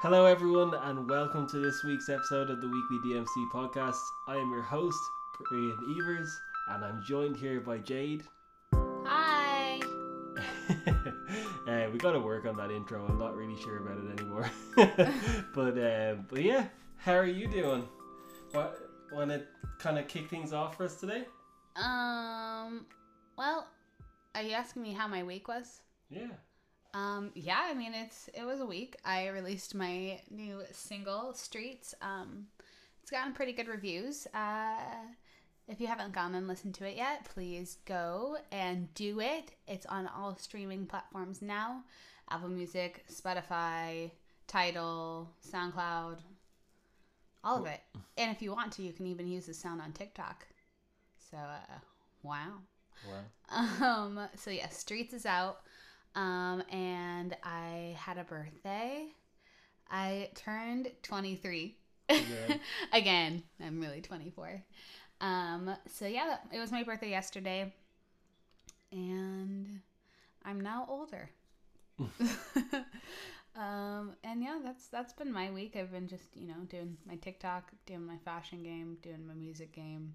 Hello, everyone, and welcome to this week's episode of the Weekly DMC podcast. I am your host, Brian Evers, and I'm joined here by Jade. Hi. uh, we got to work on that intro. I'm not really sure about it anymore. but uh, but yeah, how are you doing? What want to kind of kick things off for us today? Um. Well, are you asking me how my week was? Yeah. Um. Yeah. I mean, it's it was a week. I released my new single, Streets. Um. It's gotten pretty good reviews. Uh. If you haven't gone and listened to it yet, please go and do it. It's on all streaming platforms now: Apple Music, Spotify, Tidal, SoundCloud, all of it. And if you want to, you can even use the sound on TikTok. So, uh, wow. Wow. Um, so yeah, Streets is out. Um, and I had a birthday. I turned 23. Yeah. Again, I'm really 24. Um, so yeah, it was my birthday yesterday. And I'm now older. um, and yeah, that's that's been my week. I've been just, you know, doing my TikTok, doing my fashion game, doing my music game.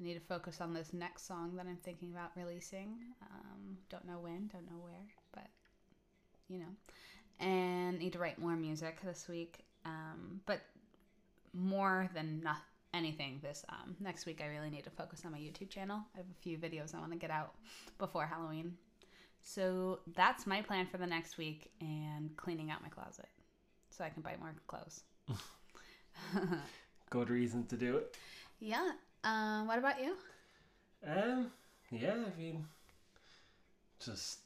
I need to focus on this next song that I'm thinking about releasing. Um, don't know when, don't know where, but you know. And need to write more music this week. Um, but more than not anything this um, next week, I really need to focus on my YouTube channel. I have a few videos I want to get out before Halloween. So that's my plan for the next week and cleaning out my closet so I can buy more clothes. Good reason to do it. Yeah. Um, what about you? Um. Yeah. I mean, just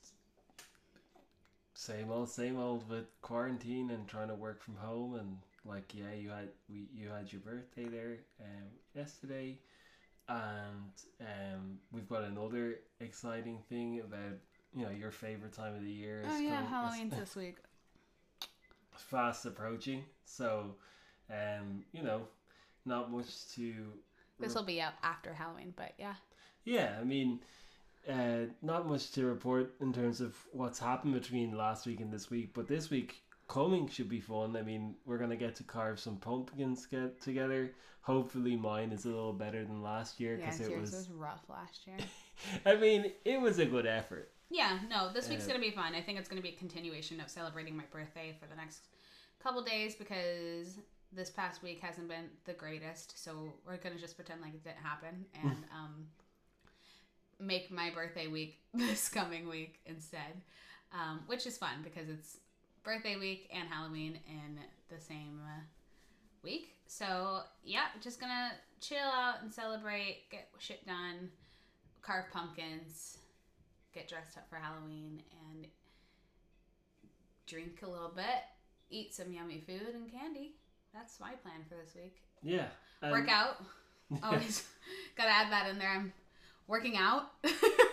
same old, same old with quarantine and trying to work from home and like yeah, you had we you had your birthday there um yesterday, and um we've got another exciting thing about you know your favorite time of the year. is Oh yeah, coming- is- Halloween's this week. fast approaching. So, um, you know, not much to. This will be out after Halloween, but yeah. Yeah, I mean, uh, not much to report in terms of what's happened between last week and this week. But this week coming should be fun. I mean, we're gonna get to carve some pumpkins get together. Hopefully, mine is a little better than last year Yeah, because yours it was... was. rough last year. I mean, it was a good effort. yeah, no, this week's Uh, gonna be fun. I think it's gonna be a continuation of celebrating my birthday for the next couple days because this past week hasn't been the greatest, so we're gonna just pretend like it didn't happen and um, make my birthday week this coming week instead, um, which is fun because it's birthday week and Halloween in the same uh, week. So yeah, just gonna chill out and celebrate, get shit done, carve pumpkins, get dressed up for Halloween, and drink a little bit, eat some yummy food and candy. That's my plan for this week. Yeah. and- Work out. Always gotta add that in there. I'm working out.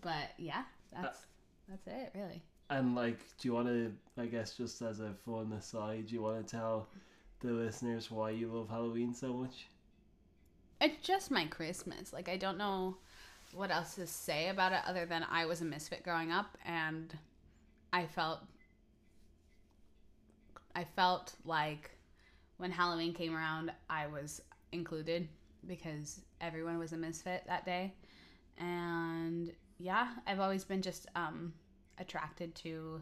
but yeah, that's that's it really. And like, do you want to? I guess just as a fun aside, do you want to tell the listeners why you love Halloween so much? It's just my Christmas. Like I don't know what else to say about it other than I was a misfit growing up and I felt I felt like when Halloween came around I was included because everyone was a misfit that day. And yeah, I've always been just um attracted to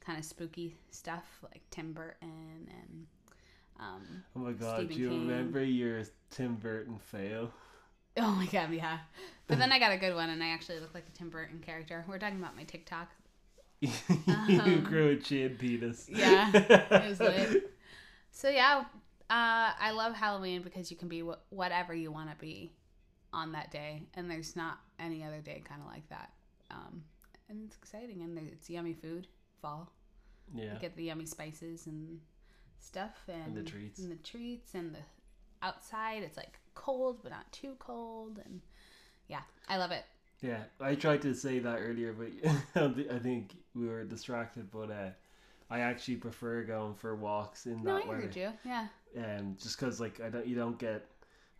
kind of spooky stuff like Tim Burton and um Oh my god, Stephen do you King. remember your Tim Burton fail? Oh my god, yeah. But then I got a good one, and I actually look like a Tim Burton character. We're talking about my TikTok. you grew a chin penis. Um, Yeah, it was lit. So yeah, uh, I love Halloween because you can be wh- whatever you want to be on that day, and there's not any other day kind of like that. Um, and it's exciting, and there- it's yummy food. Fall, yeah. you get the yummy spices and stuff, and, the treats. and the treats, and the outside. It's like cold, but not too cold, and yeah, I love it. Yeah. I tried to say that earlier, but I think we were distracted, but uh, I actually prefer going for walks in No, I that weather. heard you. Yeah. um, just because like I don't, you don't get.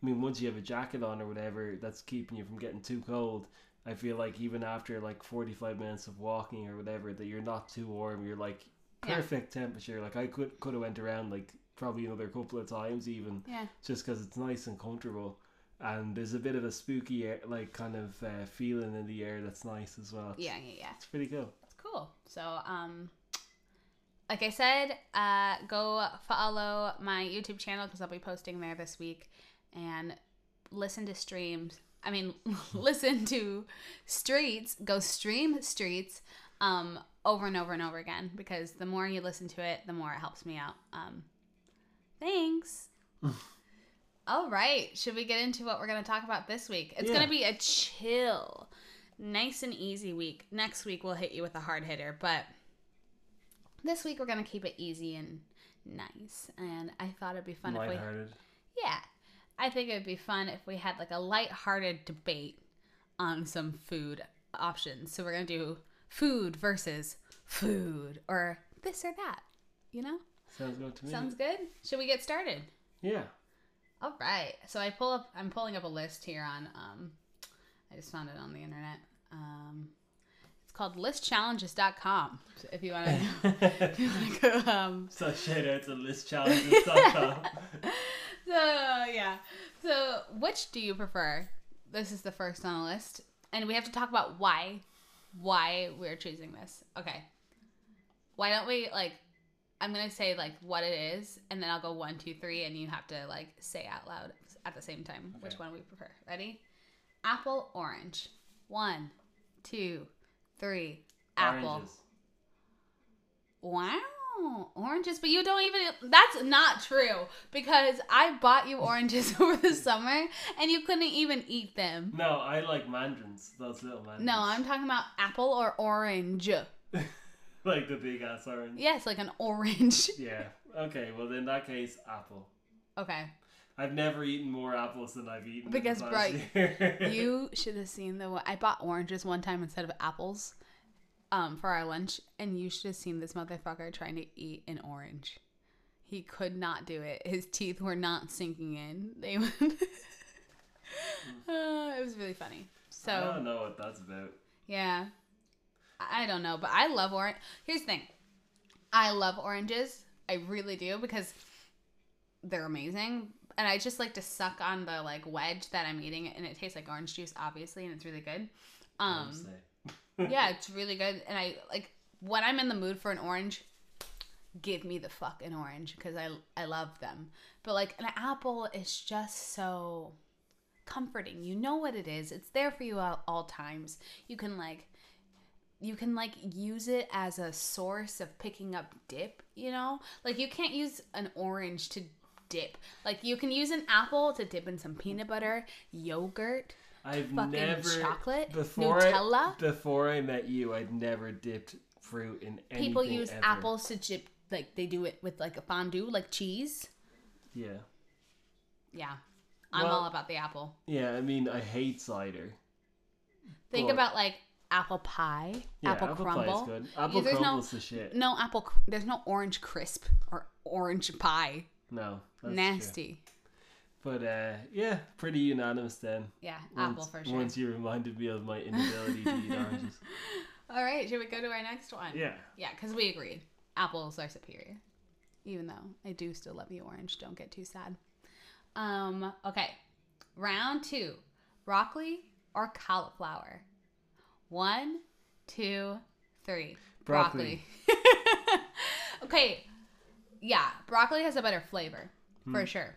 I mean, once you have a jacket on or whatever, that's keeping you from getting too cold. I feel like even after like forty five minutes of walking or whatever, that you're not too warm. You're like Yeah. perfect temperature. Like I could could have went around like probably another couple of times even Yeah. just because it's nice and comfortable. And there's a bit of a spooky air, like kind of uh, feeling in the air that's nice as well. Yeah. Yeah. Yeah. It's pretty cool. That's cool. So, um, like I said, uh, go follow my YouTube channel because I'll be posting there this week and listen to streams. I mean, listen to streets, go stream streets um, over and over and over again because the more you listen to it, the more it helps me out. Um, thanks. All right, should we get into what we're going to talk about this week? It's going Yeah. to be a chill, nice and easy week. Next week, we'll hit you with a hard hitter, but this week, we're going to keep it easy and nice. And I thought it'd be fun if we. Lighthearted. Yeah. I think it would be fun if we had like a lighthearted debate on some food options. So we're going to do food versus food or this or that, you know? Sounds good to me. Sounds good? Should we get started? yeah. All right. So I pull up I'm pulling up a list here on um I just found it on the internet. Um it's called listchallenges.com So if you want to if you want to go um so shout out to list challenges. dot So yeah. So which do you prefer? This is the first on the list, and we have to talk about why, why we're choosing this. Okay. Why don't we like? I'm gonna say like what it is, and then I'll go one, two, three, and you have to like say out loud at the same time which Okay. one we prefer. Ready? Apple, orange. One, two, three. Apple. Oranges. Wow. Oranges, but you don't even that's not true because I bought you oranges over the summer and you couldn't even eat them. No, I like mandarins. Those little mandarins. No, I'm talking about apple or orange. like the big ass orange. Yes, like an orange. Yeah. Okay. Well, in that case, apple. Okay. I've never eaten more apples than I've eaten. in the Because, past right, year. You should have seen the one I bought oranges one time instead of apples um for our lunch and you should have seen this motherfucker trying to eat an orange. He could not do it. His teeth were not sinking in. They would Uh, it was really funny. So I don't know what that's about. Yeah. I I don't know, but I love orange. Here's the thing. I love oranges. I really do because they're amazing. And I just like to suck on the like wedge that I'm eating and it tastes like orange juice obviously and it's really good. Um I'd say. yeah, it's really good and I like when I'm in the mood for an orange give me the fuck an orange cuz I I love them. But like an apple is just so comforting. You know what it is. It's there for you at all times. You can like you can like use it as a source of picking up dip, you know? Like you can't use an orange to dip. Like you can use an apple to dip in some peanut butter, yogurt, I've fucking never chocolate, before I, Nutella. before I met you. I'd never dipped fruit in anything. People use ever. apples to dip like they do it with like a fondue, like cheese. Yeah. Yeah. I'm Well- all about the apple. Yeah. I mean, I hate cider. Think Well- about like apple pie, Yeah, apple, crumble. pie is good. Apple there's no- crumble's the shit. No apple. cr- There's no orange crisp or orange pie. No, that's true. Nasty. But uh, yeah, pretty unanimous then. Yeah, Once, apple for sure. Once you reminded me of my inability to eat oranges. All right, should we go to our next one? Yeah. Yeah, because we agreed. Apples are superior. Even though I do still love you, orange. Don't get too sad. Um, okay. Round two broccoli or cauliflower? One, two, three. Broccoli. Broccoli. okay. Yeah, broccoli has a better flavor for sure.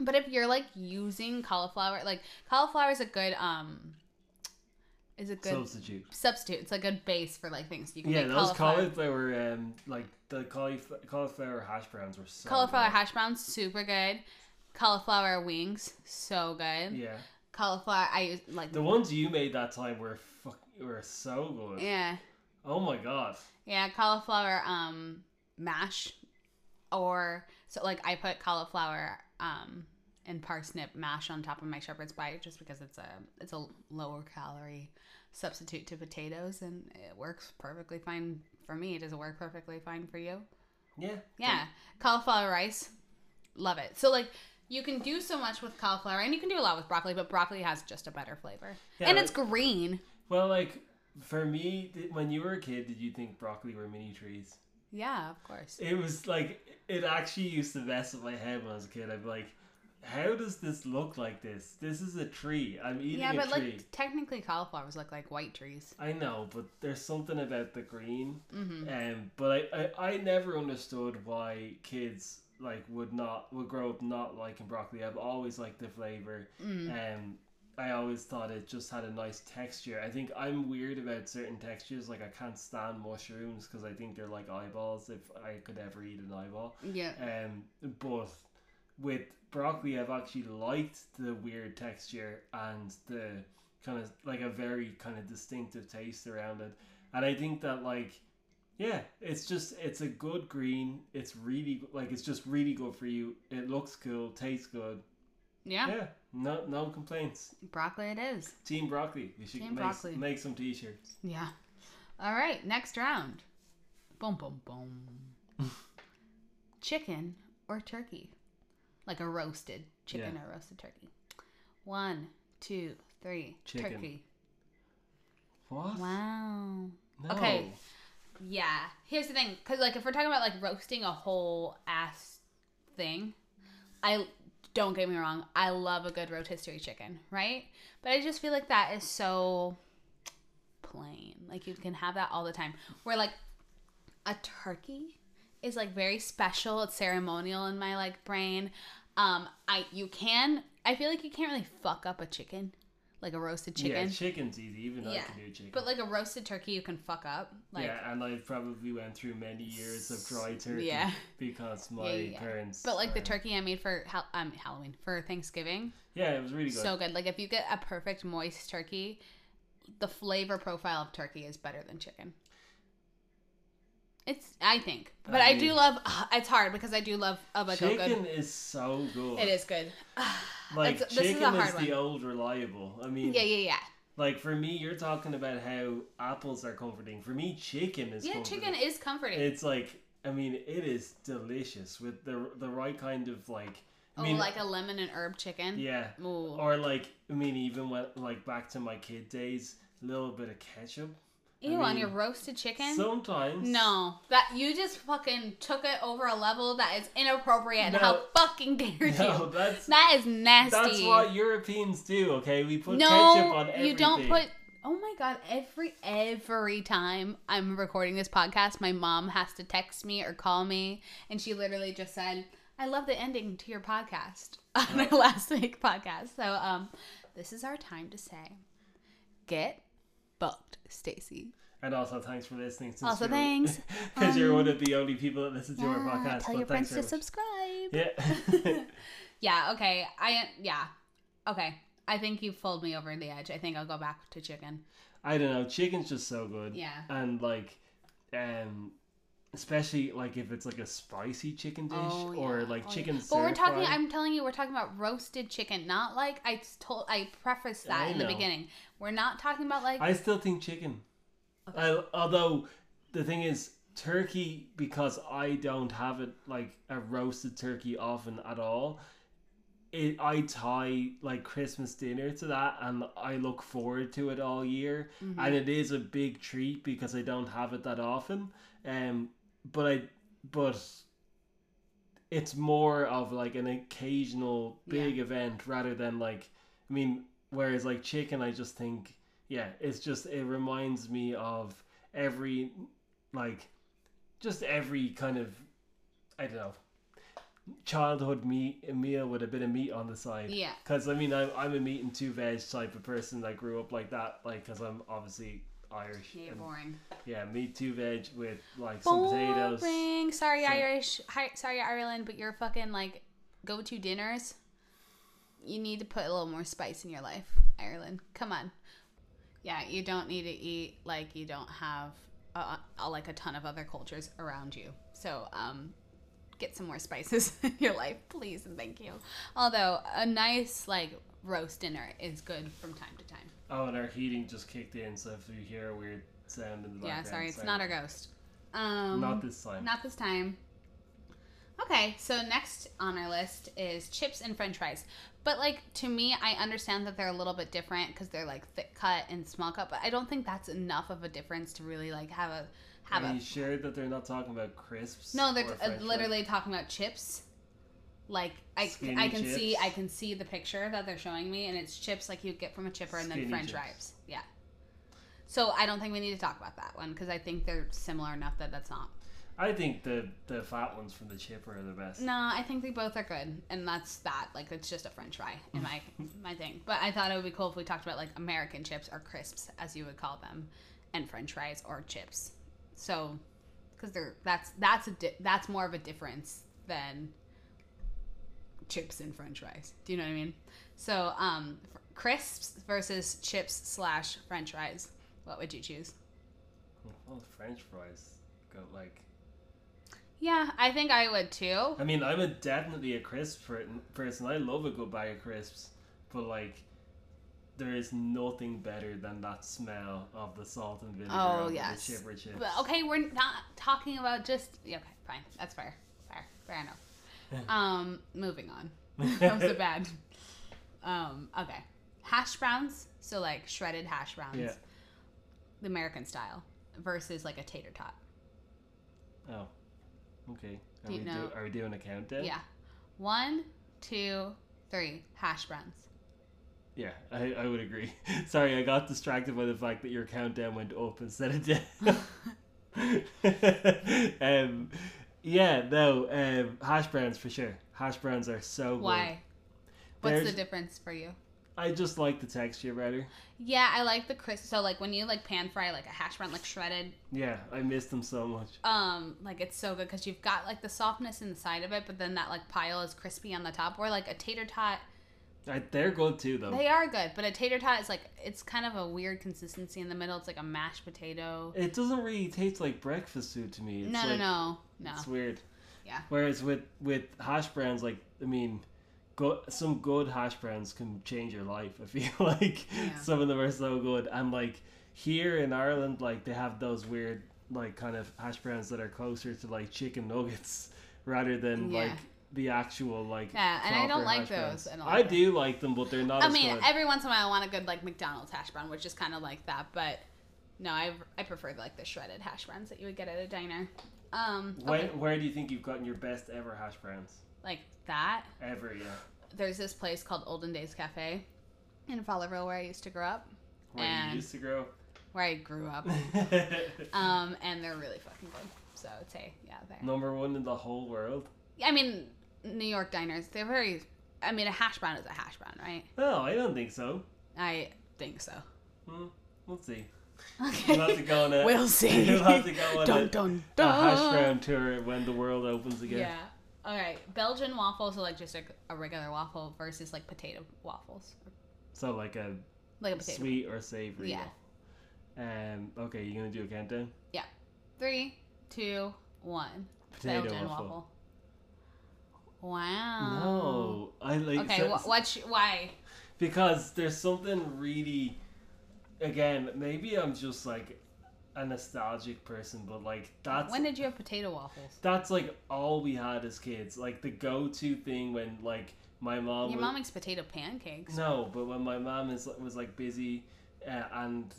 But if you're like using cauliflower, like cauliflower is a good um is a good Substitute. substitute. It's a good base for like things you can Yeah, make those cauliflower. cauliflower, um, like the cauliflower, cauliflower hash browns were so cauliflower good. hash browns super good. Cauliflower wings so good. Yeah, Cauliflower I use like the ones you made that time were fuck, were so good. yeah Oh my god, yeah cauliflower um mash or so like I put cauliflower um and parsnip mash on top of my shepherd's pie just because it's a it's a lower calorie substitute to potatoes and it works perfectly fine for me. Does it work perfectly fine for you? yeah, Yeah, cauliflower rice, love it. So like you can do so much with cauliflower, and you can do a lot with broccoli, but broccoli has just a better flavor, Yeah, and like- it's green. Well, like for me, th- when you were a kid, did you think broccoli were mini trees? Yeah, of course. It was like it actually used to mess with my head when I was a kid. I'm like, how does this look like this? This is a tree. I'm eating Yeah, a but tree. like technically cauliflowers look like white trees. I know, but there's something about the green. hmm Um, but I, I, I never understood why kids like would not would grow up not liking broccoli. I've always liked the flavor. Mm. Um, I always thought it just had a nice texture. I think I'm weird about certain textures. Like I can't stand mushrooms because I think they're like eyeballs. If I could ever eat an eyeball. Yeah. Um, but with broccoli, I've actually liked the weird texture and the kind of like a very kind of distinctive taste around it. And I think that like, yeah, it's just it's a good green. It's really like it's just really good for you. It looks cool, tastes good. yeah, Yeah, no no complaints. broccoli it is. Team broccoli. We should Team make, broccoli. make some t-shirts. Yeah. All right, next round. Boom, boom, boom. chicken or turkey? Like a roasted chicken or roasted turkey. One, two, three. Chicken. Turkey. What? Wow. No. Okay. Yeah. Here's the thing, because like if we're talking about like roasting a whole ass thing, I don't get me wrong, I love a good rotisserie chicken, right? But I just feel like that is so plain. Like you can have that all the time. Where like a turkey is like very special. It's ceremonial in my like brain. Um, I you can I feel like you can't really fuck up a chicken, like a roasted Yeah, chicken. chicken's easy. Even I Yeah. can do chicken. but like a roasted turkey, you can fuck up. Like yeah, and I probably went through many years of dry turkey Yeah. because my Yeah, yeah, yeah. parents. uh, But like the are- turkey I made for Hal- um, Halloween for Thanksgiving, Yeah, it was really good. so good. Like if you get a perfect moist turkey, the flavor profile of turkey is better than chicken. It's I think, but I, do I- love. uh, it's hard because I do love a like a chicken good. is so good. It is good. Like It's- this is a chicken is, hard the old reliable. I mean, yeah, yeah, yeah. like for me, you're talking about how apples are comforting. For me, chicken is. Yeah, comforting. chicken is comforting. It's like I mean, it is delicious with the the right kind of like. I oh, mean, like a lemon and herb chicken. yeah. Ooh. Or like I mean, even when like back to my kid days, a little bit of ketchup. Ew, on mean, your roasted chicken. Sometimes. no, that you just fucking took it over a level that is inappropriate. and No. How fucking dare you? No, that's That is nasty. That's what Europeans do, okay? We put ketchup on no, everything. you don't put. Oh my god! Every every time I'm recording this podcast, my mom has to text me or call me, and she literally just said, "I love the ending to your podcast on our last week podcast." So, um, this is our time to say, "Get booked, Stacy." And also, thanks for listening. Since Also, you're, thanks. Because you're one of the only people that listens to our Yeah, podcast. tell but your thanks friends to subscribe. very much. Yeah. Yeah, okay. I yeah. Okay. I think you pulled me over the edge. I think I'll go back to chicken. I don't know. Chicken's just so good. Yeah. And, like, um, especially, like, if it's, like, a spicy chicken dish Oh, or, yeah. like, Oh, chicken But we're stir talking fry. I'm telling you we're talking about roasted chicken, not like I s- told I prefaced that I in the know. beginning. We're not talking about like I still think chicken. I, although, the thing is, turkey, because I don't have it, like, a roasted turkey often at all, it I tie like Christmas dinner to that and I look forward to it all year mm-hmm. and it is a big treat because I don't have it that often um but I but it's more of like an occasional big event rather than like I mean whereas like chicken I just think yeah it's just it reminds me of every like just every kind of I don't know childhood meat meal with a bit of meat on the side. Yeah. Because I mean, I'm, I'm a meat and two veg type of person. I grew up like that, like because I'm obviously Irish. Yeah, and- boring. yeah, meat two veg with like some potatoes. Boring. Sorry, So- Irish. Hi, sorry, Ireland, but your fucking like go-to dinners. You need to put a little more spice in your life, Ireland. Come on. Yeah, you don't need to eat like you don't have uh uh like a ton of other cultures around you. So, um, get some more spices in your life, please and thank you. Although a nice like roast dinner is good from time to time. Oh, and our heating just kicked in, so if you hear a weird sound in the Yeah, background, sorry, it's not our ghost. Um, Not this time. Not this time. Okay, so next on our list is chips and french fries. But like to me, I understand that they're a little bit different because they're like thick cut and small cut. But I don't think that's enough of a difference to really like have a have Are a. you sure that they're not talking about crisps? No, they're or t- uh, French fries? literally talking about chips. Like I, Skinny I can chips. see I can see the picture that they're showing me, and it's chips like you get from a chipper, and then Skinny French chips. fries. Yeah. So I don't think we need to talk about that one because I think they're similar enough that that's not. I think the the fat ones from the chipper are the best. No, I think they both are good, and that's that. Like it's just a French fry in my my thing. But I thought it would be cool if we talked about like American chips or crisps, as you would call them, and French fries or chips. So, because they're that's that's a di- that's more of a difference than chips and French fries. Do you know what I mean? So, um, f- crisps versus chips slash French fries. What would you choose? Well, Oh, French fries go like. Yeah, I think I would too. I mean, I'm a definitely a crisp per- person. I love a good bag of crisps, but like, there is nothing better than that smell of the salt and vinegar Oh, on yes. the chipper chips. But okay, we're not talking about just yeah, okay, fine. That's fair. Fair. Fair enough. um, moving on. that was a bad. Um, okay. Hash browns, so like shredded hash browns. Yeah. The American style versus like a tater tot. Oh, okay. Are Do you we know- do, are we doing a countdown? Yeah. One, two, three. Hash browns. Yeah, I, I would agree. Sorry, I got distracted by the fact that your countdown went up instead of down. um, yeah, no, um, hash browns for sure. Hash browns are so good. Why? What's There's- the difference for you? I just like the texture better. Yeah, I like the crisp. So like when you like pan fry like a hash brown like shredded Yeah, I miss them so much. um like it's so good because you've got like the softness inside of it but then that like pile is crispy on the top or like a tater tot I, they're good too, though. they are good but a tater tot is like it's kind of a weird consistency in the middle it's like a mashed potato It doesn't really taste like breakfast food to me. It's no, like, no no no It's weird. Yeah. Whereas with with hash browns, like I mean, go, some good hash browns can change your life. I feel like Yeah. some of them are so good, and like here in Ireland, like they have those weird like kind of hash browns that are closer to like chicken nuggets rather than Yeah. like the actual like. Yeah, and I proper don't like hash those. browns. I don't I like do like them, but they're not. i as mean good. every once in a while i want a good like mcdonald's hash brown which is kind of like that but no i i prefer like the shredded hash browns that you would get at a diner um Where, okay, where do you think you've gotten your best ever hash browns? like that Ever, yeah. there's this place called olden days cafe in Fowlerville where i used to grow up Where And- you used to grow. where i grew up Um, and they're really fucking good. So I would say, yeah, they're. Number one in the whole world. I mean, New York diners, they're very. I mean, a hash brown is a hash brown, right? No, Oh, I don't think so. I think so. Hmm, we'll see. Okay. We'll have to go on a, We'll see. We'll have to go on dun, a- dun, a dun. hash brown tour when the world opens again. Yeah. All right. Belgian waffles are like just like a regular waffle versus like potato waffles, So like a like a potato. sweet or savory. Yeah. waffle. Um. Okay, you gonna do a countdown? Three, two, one. Potato Belgian waffle. waffle. Wow. No, I like Um, Okay. so- wh- what's why? because there's something really. Again, maybe I'm just like a nostalgic person, but like that's When did you have potato waffles? that's like all we had as kids. Like the go-to thing when like my mom. Your was- mom makes potato pancakes. No, but when my mom is was like busy, uh, and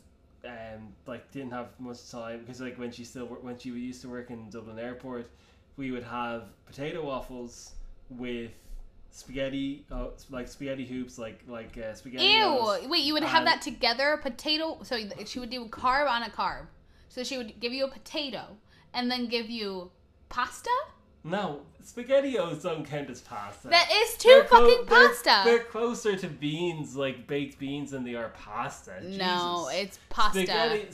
um, like didn't have much time because like when she still wor- when she used to work in Dublin Airport, we would have potato waffles with spaghetti, uh, like spaghetti hoops, like like uh, spaghetti. Ew! Wait, you would have Um, that together? Potato. So th- she would do carb on a carb. So she would give you a potato and then give you pasta. No, spaghettios don't count as pasta. That is They're too clo- fucking they're- pasta. They're closer to beans, like baked beans, than they are pasta. no, Jesus. it's pasta. Spaghetti,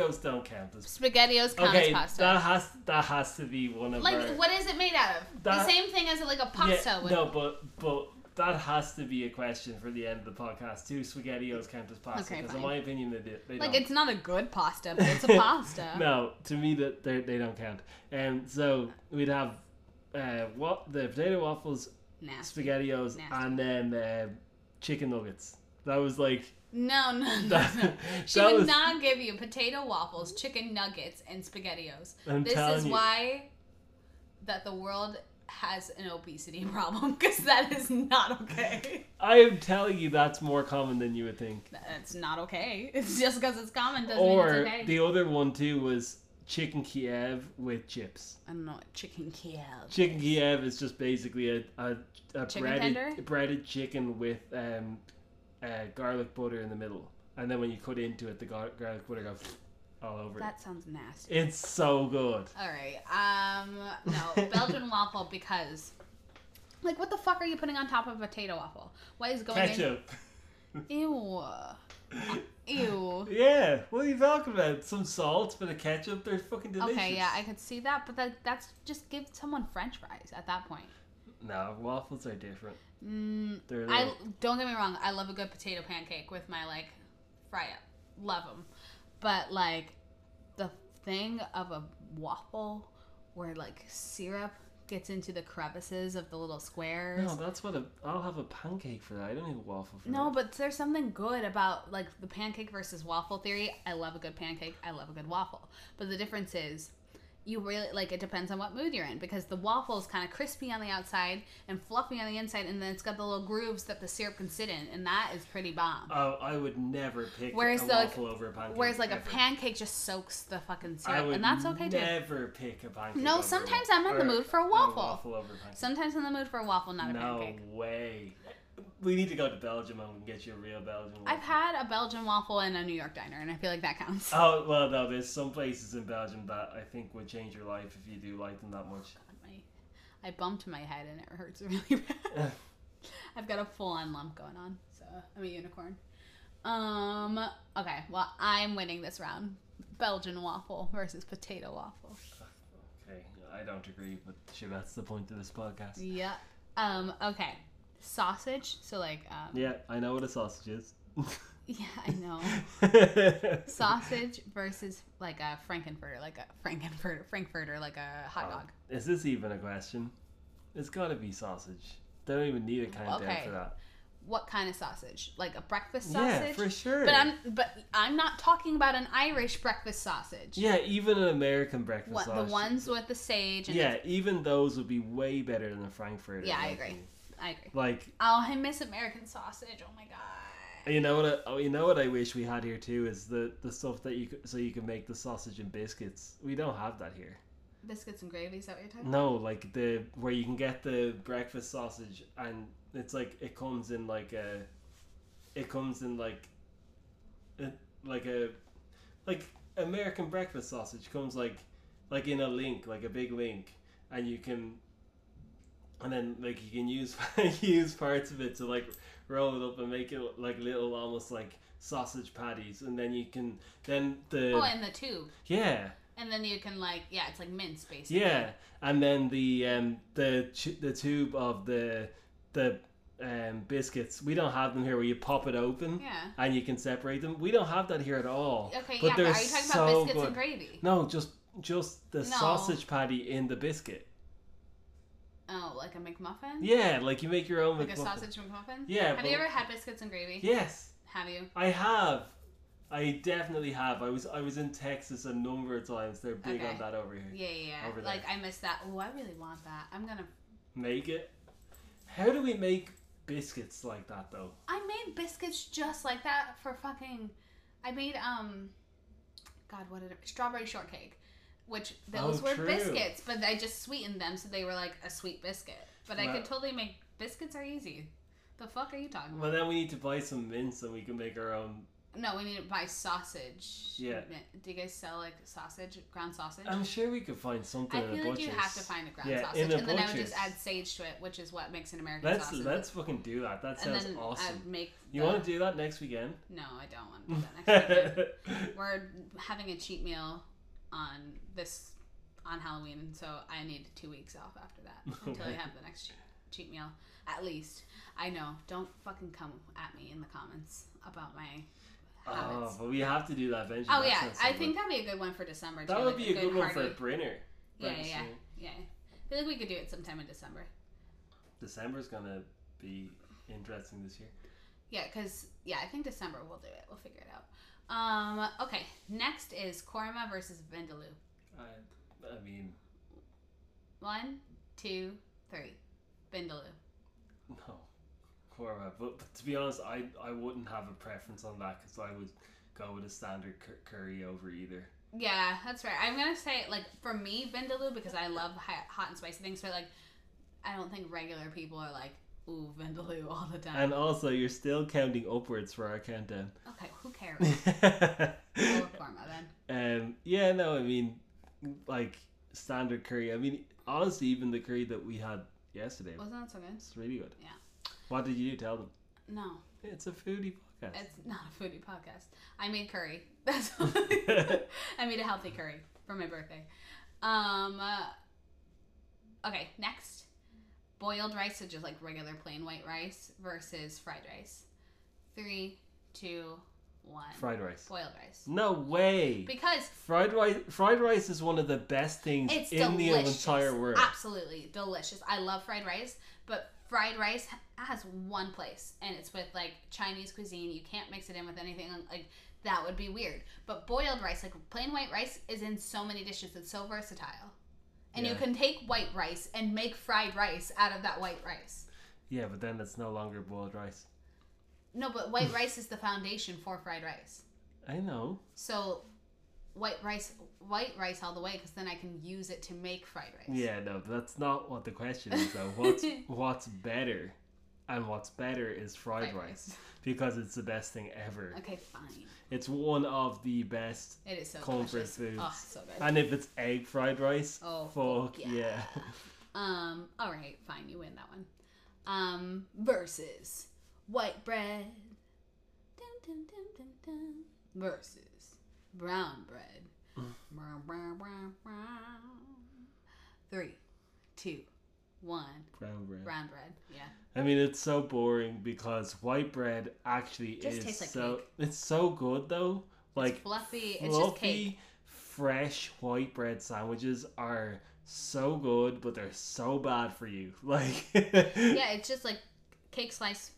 spaghettios don't count as Spaghettios count okay, as pasta. that has that has to be one of our. like, what is it made out of? That- the same thing as like a Yeah, pasta. would. no, but but that has to be a question for the end of the podcast. Do SpaghettiOs count as pasta? Okay, Because in fine. my opinion, they, do- they like don't. it's not a good pasta, but it's a pasta. no, to me that they they don't count. And so we'd have uh, what the potato waffles, Nasty. SpaghettiOs, Nasty. and then uh, chicken nuggets. That was like No, no, no. that, no. She that would was. not give you potato waffles, chicken nuggets, and spaghettios. I'm this telling is you. why that the world has an obesity problem because that is not okay. I am telling you, that's more common than you would think. That's not okay. It's just because it's common doesn't mean or it's okay. the other one too was chicken Kiev with chips. I don't know what chicken Kiev. Chicken Kiev is just basically a, a, a Chicken breaded tender? breaded chicken with um, uh, garlic butter in the middle, and then when you cut into it, the gar- garlic butter goes all over That sounds nasty. it. It's so good. All right. Um, no, Belgian waffle because, like, what the fuck are you putting on top of a potato waffle? What is going Ketchup. in? Ew. Ew. Yeah, what are you talking about? Some salt, but a ketchup. They're fucking delicious. Okay, yeah, I could see that, but that, that's just give someone French fries at that point. No, waffles are different. Mm, They're like, I don't get me wrong. I love a good potato pancake with my like fry up. Love them, but like the thing of a waffle where like syrup gets into the crevices of the little squares. no, that's what a, I'll have a pancake for that. I don't need a waffle for No, that. but there's something good about like the pancake versus waffle theory. I love a good pancake. I love a good waffle. But the difference is you really like it depends on what mood you're in because the waffle is kind of crispy on the outside and fluffy on the inside and then it's got the little grooves that the syrup can sit in and that is pretty bomb. Oh, I would never pick Whereas a the- waffle over a pancake. Whereas like a ever. pancake just soaks the fucking I syrup would and that's okay too. never pick a pancake. No, over a sometimes waffle- I'm in the or mood for a a waffle. waffle over a pancake. Sometimes in the mood for a waffle, not a no pancake. way. We need to go to Belgium and we can get you a real Belgian. I've Waffle. had a Belgian waffle in a New York diner and I feel like that counts. Oh well, no. There's some places in Belgium that I think would change your life if you do like them that much. My- I bumped my head and it hurts really bad. I've got a full on lump going on, so I'm a unicorn. Um, okay, well, I'm winning this round. Belgian waffle versus potato waffle. Okay, I don't agree, but sure, that's the point of this podcast. Yeah. Um, okay. Sausage, so like, um, yeah, Yeah, I know what a sausage is. I know. Sausage versus like a Frankenfurter, like a Frankenfurter, Frankfurter, like a hot Oh, dog. Is this even a question? It's got to be sausage. They don't even need a countdown Okay. for that. What kind of sausage? Like a breakfast sausage? Yeah, for sure. But I'm but I'm not talking about an Irish breakfast sausage. Yeah, even an American breakfast What the sausage. ones with the sage and Yeah, even those would be way better than a frankfurter. Yeah, I like, agree. I agree. Like Oh, I miss American sausage. Oh my god. you know what? I, oh, you know what I wish we had here too is the the stuff that you c- so you can make the sausage and biscuits. We don't have that here. Biscuits and gravy, is that what you're talking No, like the where you can get the breakfast sausage and it's like it comes in like a, it comes in like, a, like a, like American breakfast sausage comes like, like in a link, like a big link, and you can, and then like you can use use parts of it to like roll it up and make it like little almost like sausage patties, and then you can then the Oh, and the tube. yeah. And then you can like yeah, it's like mince basically. Yeah, and then the um the ch- the tube of the the um biscuits. We don't have them here where you pop it open Yeah. and you can separate them. We don't have that here at all. Okay, But yeah, but they're are you talking so about biscuits good. and gravy? No, just just the No. sausage patty in the biscuit. Oh, like a McMuffin? Yeah, like you make your own Like a McMuffin. sausage McMuffin? Yeah, Have but- you ever had biscuits and gravy? Yes, Have you? I have. I definitely have. I was I was in Texas a number of times. They're big Okay. on that over here. Yeah, yeah, yeah. Over there. like I miss that. Oh, I really want that. I'm gonna Make it. How do we make biscuits like that though? I made biscuits just like that for fucking. I made um, God, what did it? Strawberry shortcake, which those Oh, were true. biscuits, but I just sweetened them so they were like a sweet biscuit. But I Well- could totally make biscuits are easy. The fuck are you talking about? Well, then we need to buy some mince and we can make our own. no, we need to buy sausage. Yeah. Do you guys sell like sausage, ground sausage? I'm sure we could find I something. feel in like a butcher's. you have to find a ground Yeah, sausage, in a and then I would butcher's. just add sage to it, which is what makes an American Let's sausage. let's fucking do that. That and sounds then awesome. I'd make. You the- want to do that next weekend? No, I don't want to do that next weekend. We're having a cheat meal on this on Halloween, so I need two weeks off after that until I have the next cheat, cheat meal. At least I know. Don't fucking come at me in the comments about my oh, habits. but we have to do that eventually. Oh, That yeah, sounds so I good. think that'd be a good one for December. that too, would like be a good one for hearty- Brinner. Yeah, yeah, yeah, yeah. I feel like we could do it sometime in December. December's gonna be interesting this year. Yeah, because yeah, I think December we'll do it. We'll figure it out. Um, okay, next is korma versus vindaloo. I, I mean, One, two, Three. Bindaloo. No, Korma. But, but to be honest, I I wouldn't have a preference on that because I would go with a standard cur- curry over either. Yeah, that's right. I'm gonna say like for me, Vindaloo because I love hi- hot and spicy things. But like, I don't think regular people are like, ooh, Vindaloo all the time. And also, you're still counting upwards for our countdown. okay, who cares? I love korma then. um, yeah, no, I mean, like standard curry. I mean, honestly, even the curry that we had yesterday was Wasn't that so good? really good. Yeah. What did you do? Tell them No, it's a foodie podcast. it's not a foodie podcast. I made curry. That's I made a healthy curry for my birthday. Um. Uh, okay, next, boiled rice, so just like regular plain white rice versus fried rice. Three, two, one. fried rice. boiled rice No way. because Fried rice, fried rice is one of the best things it's in delicious. Ah. the entire world. Absolutely delicious. I love fried rice, but fried rice ha- has one place, and it's with like Chinese cuisine. You can't mix it in with anything like that would be weird. But boiled rice, like plain white rice, is in so many dishes. It's so versatile, and you Yeah. can take white rice and make fried rice out of that white rice. Yeah, but then it's no longer boiled rice. No, but Hmm. white rice is the foundation for fried rice. I know. So. White rice, white rice all the way, because then I can use it to make fried rice. Yeah, no, but that's not what the question is though. What's what's better? And what's better is fried, Fried rice rice. because it's the best thing ever. Okay, fine. It's one of the best. It is so Comfort delicious. foods. Oh, so good. And if it's egg fried rice, Oh, fuck fuck yeah. yeah. Um, all right, fine, you win that one. Um, versus white bread. Dun, dun, dun, dun, dun. Versus brown bread. Brown, brown, brown, brown. Three, two, one. Brown bread. Brown bread. Yeah. I mean, it's so boring because white bread actually Just is tastes like so. cake. It's so good though. Like it's fluffy. fluffy, It's just cake. fresh white bread sandwiches are so good, but they're so bad for you. Like, Yeah, it's just like cake slice,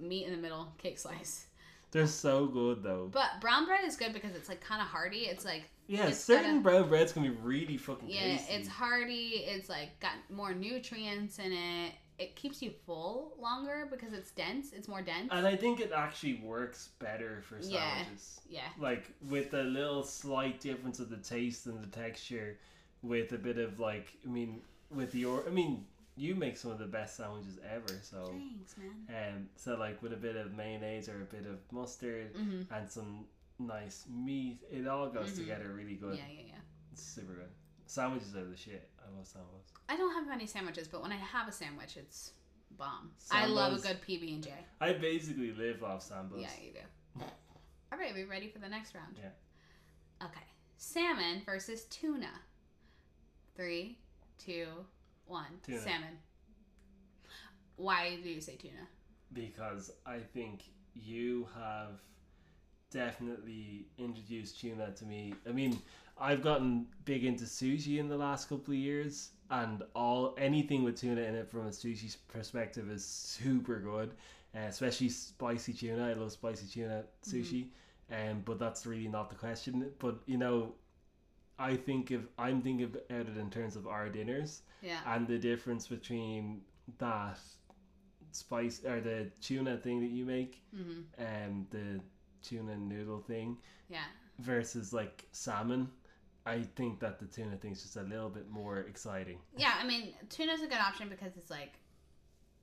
meat in the middle, cake slice. they're so good though. But brown bread is good because it's like kind of hearty. It's like yeah, it's certain gotta- brown breads can be really fucking Yeah, tasty. it's hearty. It's like got more nutrients in it. It keeps you full longer because it's dense. It's more dense. and I think it actually works better for Yeah. sandwiches. yeah, Like with a little slight difference of the taste and the texture, with a bit of like, I mean, with your, I mean, you make some of the best sandwiches ever. So, thanks, man. um, so like with a bit of mayonnaise or a bit of mustard, Mm-hmm. and some nice meat. It all goes Mhm. together really Yeah, good. yeah, yeah. It's super good. Sandwiches are the shit. I love sandwiches. I don't have many sandwiches, but when I have a sandwich, it's bomb. I love a Sambos. good PB and J. I basically live off sambos. Yeah, you do. All right, we ready for the next round? Yeah. Okay, salmon versus tuna. Three, two, one. Tuna. Salmon. Why do you say tuna? Because I think you have definitely introduced tuna to me. I mean, I've gotten big into sushi in the last couple of years and all anything with tuna in it from a sushi perspective is super good. Uh, especially spicy tuna. I love spicy tuna sushi. Um, but that's really not the question. But you know, I think if I'm thinking about it in terms of our dinners, Yeah. and the difference between that spice or the tuna thing that you make Mm-hmm. and the tuna noodle thing Yeah. versus like salmon i think that the tuna thing's just a little bit more exciting Yeah, I mean, tuna's a good option because it's like,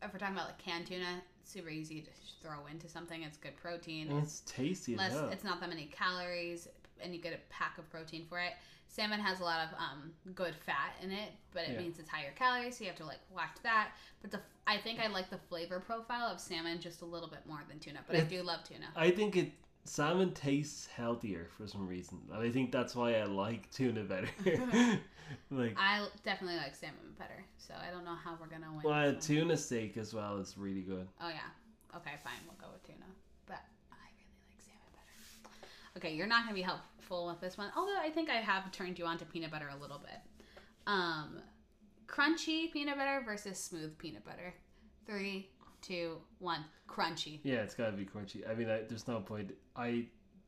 if we're talking about like canned tuna, super easy to sh- throw into something. It's good protein. and it's tasty as Less, hell. it's not that many calories, and you get a pack of protein for it. Salmon has a lot of um, good fat in it, but it Yeah. means it's higher calories, so you have to like watch that. But the f- I think I like the flavor profile of salmon just a little bit more than tuna, but I It's- do love tuna. i think it salmon tastes healthier for some reason and i think that's why i like tuna better like I definitely like salmon better, so I don't know how we're gonna win. well, this one. tuna steak as well is really good Oh yeah. Okay, fine. We'll go with tuna. But I really like salmon better. Okay, you're not gonna be helpful with this one. Although I think I have turned you on to peanut butter a little bit. Um, crunchy peanut butter versus smooth peanut butter. Three, two, one. Crunchy. Yeah, it's gotta be crunchy. I mean, I, there's no point. I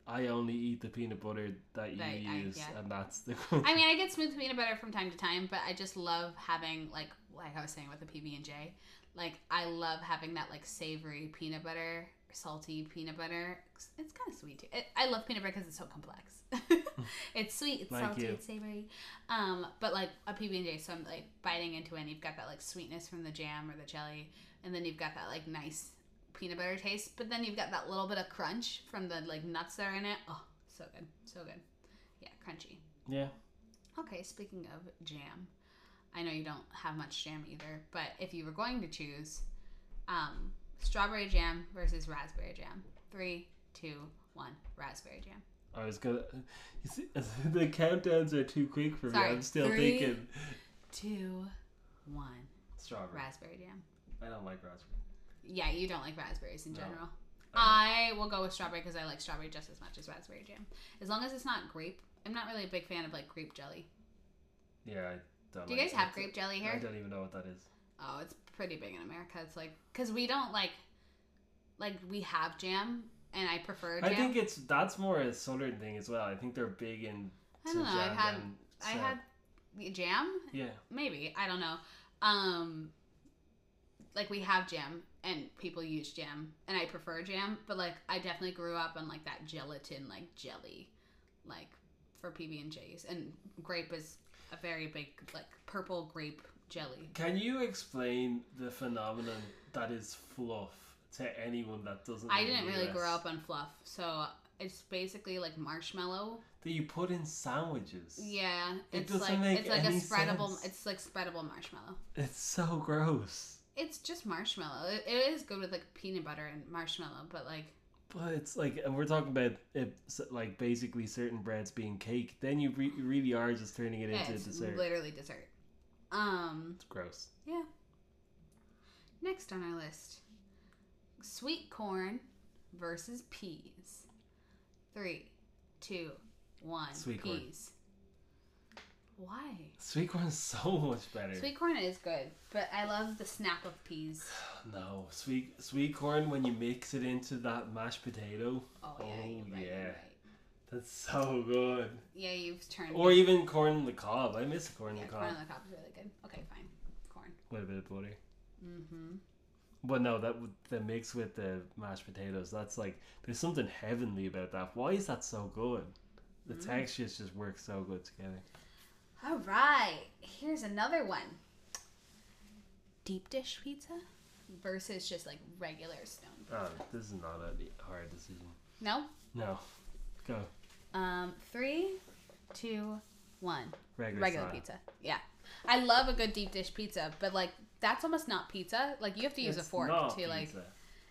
I only eat the peanut butter that you Right, I- use, yeah. and that's the. I mean, I get smooth peanut butter from time to time, but I just love having like like I was saying with the PB and J, like I love having that like savory peanut butter, salty peanut butter. It's kind of sweet too. It, I love peanut butter because it's so complex. it's sweet, it's Like salty, you. it's savory. Um, but like a PB and J, so I'm like biting into it, and you've got that like sweetness from the jam or the jelly, and then you've got that like nice peanut butter taste, but then you've got that little bit of crunch from the like nuts that are in it. Oh, so good, so good. Yeah, crunchy. yeah, Okay, speaking of jam, I know you don't have much jam either, but if you were going to choose um, strawberry jam versus raspberry jam, three, two, one, raspberry jam. I was gonna. You see, the countdowns are too quick for Sorry, me. I'm still three. thinking Two, one, strawberry. raspberry jam. I don't like raspberry. Yeah, you don't like raspberries in No. general. Uh, I I will go with strawberry because I like strawberry just as much as raspberry jam. As long as it's not grape. I'm not really a big fan of like grape jelly. Yeah, I don't. Do you like guys have it. grape jelly I here? don't even know what that is. Oh, it's pretty big in America. It's like because we don't like like we have jam, and I prefer jam. I think it's that's more a southern thing as well. I think they're big in. I don't know. I've I've had I had jam. yeah. Maybe I don't know. Um, like we have jam, and people use jam, and I prefer jam. But like I definitely grew up on like that gelatin, like jelly, like for PB and J's, and grape is a very big like purple grape jelly. Can you explain the phenomenon that is fluff to anyone that doesn't? I live in didn't the really US? grow up on fluff, so it's basically like marshmallow. That you put in sandwiches. Yeah, It it's doesn't like make it's like a any spreadable. sense. It's like spreadable marshmallow. It's so gross. It's just marshmallow. It, it is good with like peanut butter and marshmallow, but like But it's like, and we're talking about it, s- like basically certain breads being cake. Then you, re- you really are just turning it yeah, into a it's dessert. literally dessert. Um, it's gross. next on our list, sweet corn versus peas. Three, two, one. Sweet corn. peas. Why? Sweet corn's so much better. Sweet corn is good, but I love the snap of peas. No, sweet sweet corn when you mix it into that mashed potato. Oh yeah, Oh, you're right, you're yeah. right. That's so good. Yeah, you've turned. Or even corn on the cob. I miss corn on yeah, the corn cob on the cob is really good. Okay, fine, corn. with a bit of butter. Mm-hmm. But no, that w- the mix with the mashed potatoes. That's like there's something heavenly about that. Why is that so good? The Mm. textures just work so good together. All right, here's another one. Deep dish pizza versus just like regular stone. Oh, this is not a hard decision. No. No, go Um, three, two, one. regular, Regular style. pizza. Yeah, I love a good deep dish pizza, but like that's almost not pizza. Like you have to use a It's fork not to like. pizza.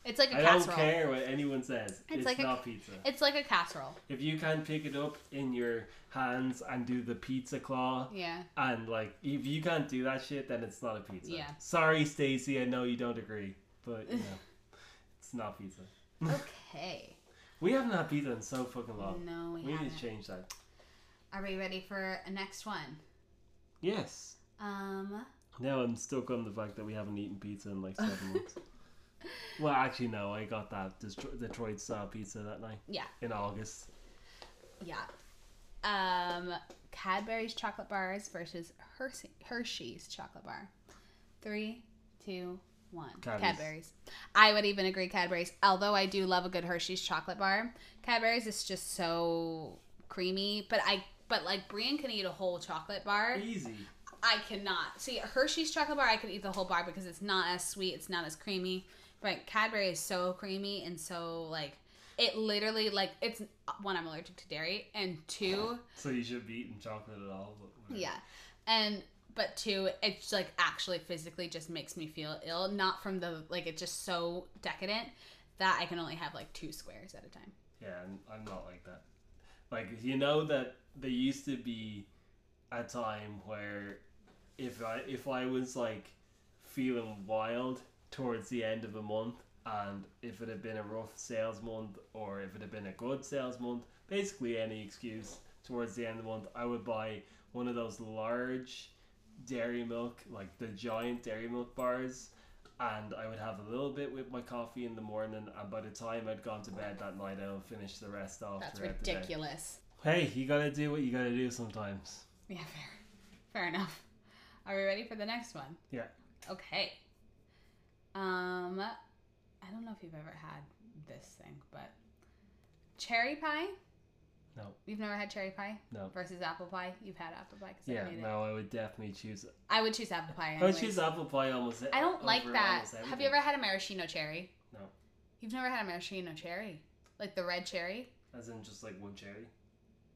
It's like a I don't casserole. care what anyone says. It's, like a- not pizza. It's like a casserole. If you can pick it up in your hands and do the pizza claw, Yeah. and like if you can't do that shit, then it's not a pizza. Yeah. Sorry, Stacy. I know you don't agree, but you know, it's not pizza. Okay. We haven't had pizza in so fucking long. no, we, Oh, we haven't. need to change that. Are we ready for a next one? Yes. Um, Now I'm stuck on the fact that we haven't eaten pizza in like seven months. Well, actually, no. I got that Destro- Detroit style pizza that night. Yeah. In August. yeah. Um, Cadbury's chocolate bars versus Hershey, Hershey's chocolate bar. Three, two, one. Cadbury's. Cadbury's. I would even agree Cadbury's, although I do love a good Hershey's chocolate bar. Cadbury's is just so creamy, but I but like Brian can eat a whole chocolate bar. Easy. I cannot. See, Hershey's chocolate bar, I could eat the whole bar because it's not as sweet, it's not as creamy. But Cadbury is so creamy and so like it literally like it's one I'm allergic to dairy and two, So you should be eating chocolate at all. But whatever. yeah. And but two, it's like actually physically just makes me feel ill, not from the like it's just so decadent that I can only have like two squares at a time. Yeah, I'm, I'm not like that. Like you know that there used to be a time where if I if I was like feeling wild towards the end of a month and if it had been a rough sales month or if it had been a good sales month, basically any excuse towards the end of the month, I would buy one of those large dairy milk, like the giant dairy milk bars and I would have a little bit with my coffee in the morning, and by the time I'd gone to bed that night, I would finish the rest off. That's throughout the day. ridiculous. Hey, you gotta do what you gotta do sometimes. Yeah, fair. Fair enough. Are we ready for the next one? Yeah. Okay. Um, I don't know if you've ever had this thing, but cherry pie. No. You've never had cherry pie. No. Versus apple pie. You've had apple pie because Yeah, I made it. no, I would definitely choose. I would choose apple pie. I would Anyways. choose apple pie almost. I don't like over that. almost Have everything. you ever had a maraschino cherry? No. You've never had a maraschino cherry, like the red cherry. As in just like one cherry.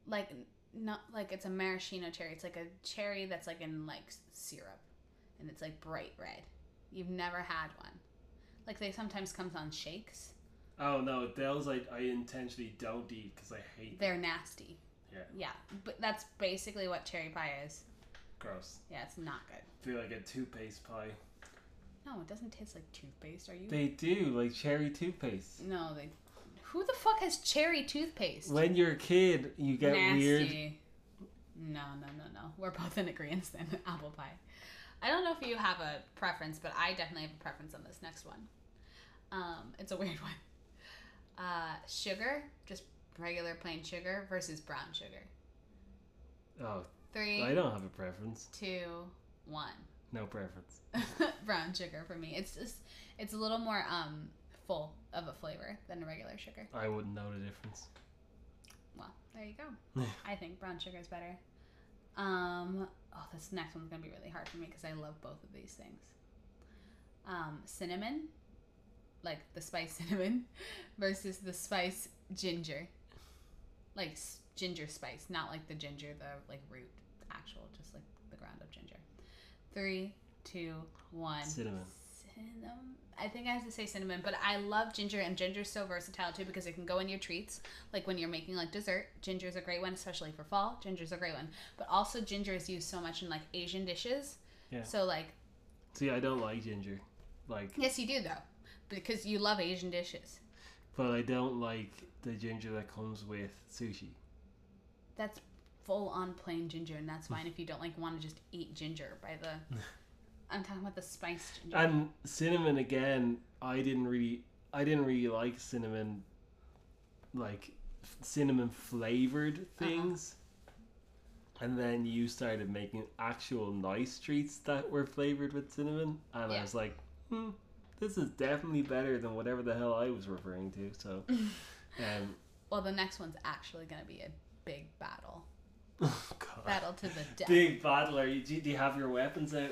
like not like it's a maraschino cherry. It's like a cherry that's like in like s- syrup, and it's like bright red. You've never had one. Like they sometimes comes on shakes. Oh no, those like I intentionally don't eat because I hate. They're nasty. Yeah. Yeah, but that's basically what cherry pie is. Gross. Yeah, it's not good. feel like a toothpaste pie. No, it doesn't taste like toothpaste. Are you? They do like cherry toothpaste. no, they. Who the fuck has cherry toothpaste? When you're a kid, you get weird. No, no, no, no. We're both in agreement then. Apple pie. I don't know if you have a preference, but I definitely have a preference on this next one. Um, it's a weird one. Uh, sugar, just regular plain sugar versus brown sugar. Oh, I Three, don't have a preference. two, one. No preference. brown sugar for me. It's just it's a little more um full of a flavor than a regular sugar. I wouldn't know the difference. Well, there you go. I think brown sugar is better. Um, oh, this next one's gonna be really hard for me because I love both of these things. Um, cinnamon, like the spice cinnamon, versus the spice ginger, like s- ginger spice, not like the ginger, the like root, actual, just like the ground up ginger. Three, two, one. Cinnamon. Cinnamon. I think I have to say cinnamon, but I love ginger, and ginger's so versatile too because it can go in your treats. Like when you're making like dessert, ginger's a great one, especially for fall. Ginger's a great one, but also ginger is used so much in like Asian dishes. Yeah. So like, See, I don't like ginger. Like, yes, you do though, because you love Asian dishes. but I don't like the ginger that comes with sushi. That's full on plain ginger, and that's fine if you don't like want to just eat ginger by the. I'm talking about the spiced ginger. And cinnamon again, I didn't really, I didn't really like cinnamon, like f- cinnamon flavored things. And then you started making actual nice treats that were flavored with cinnamon, and Yeah. I was like, hmm, this is definitely better than whatever the hell I was referring to. So, um, well, the next one's actually gonna be a big battle, oh God. battle to the death. Big battle. Are you, do do you have your weapons out?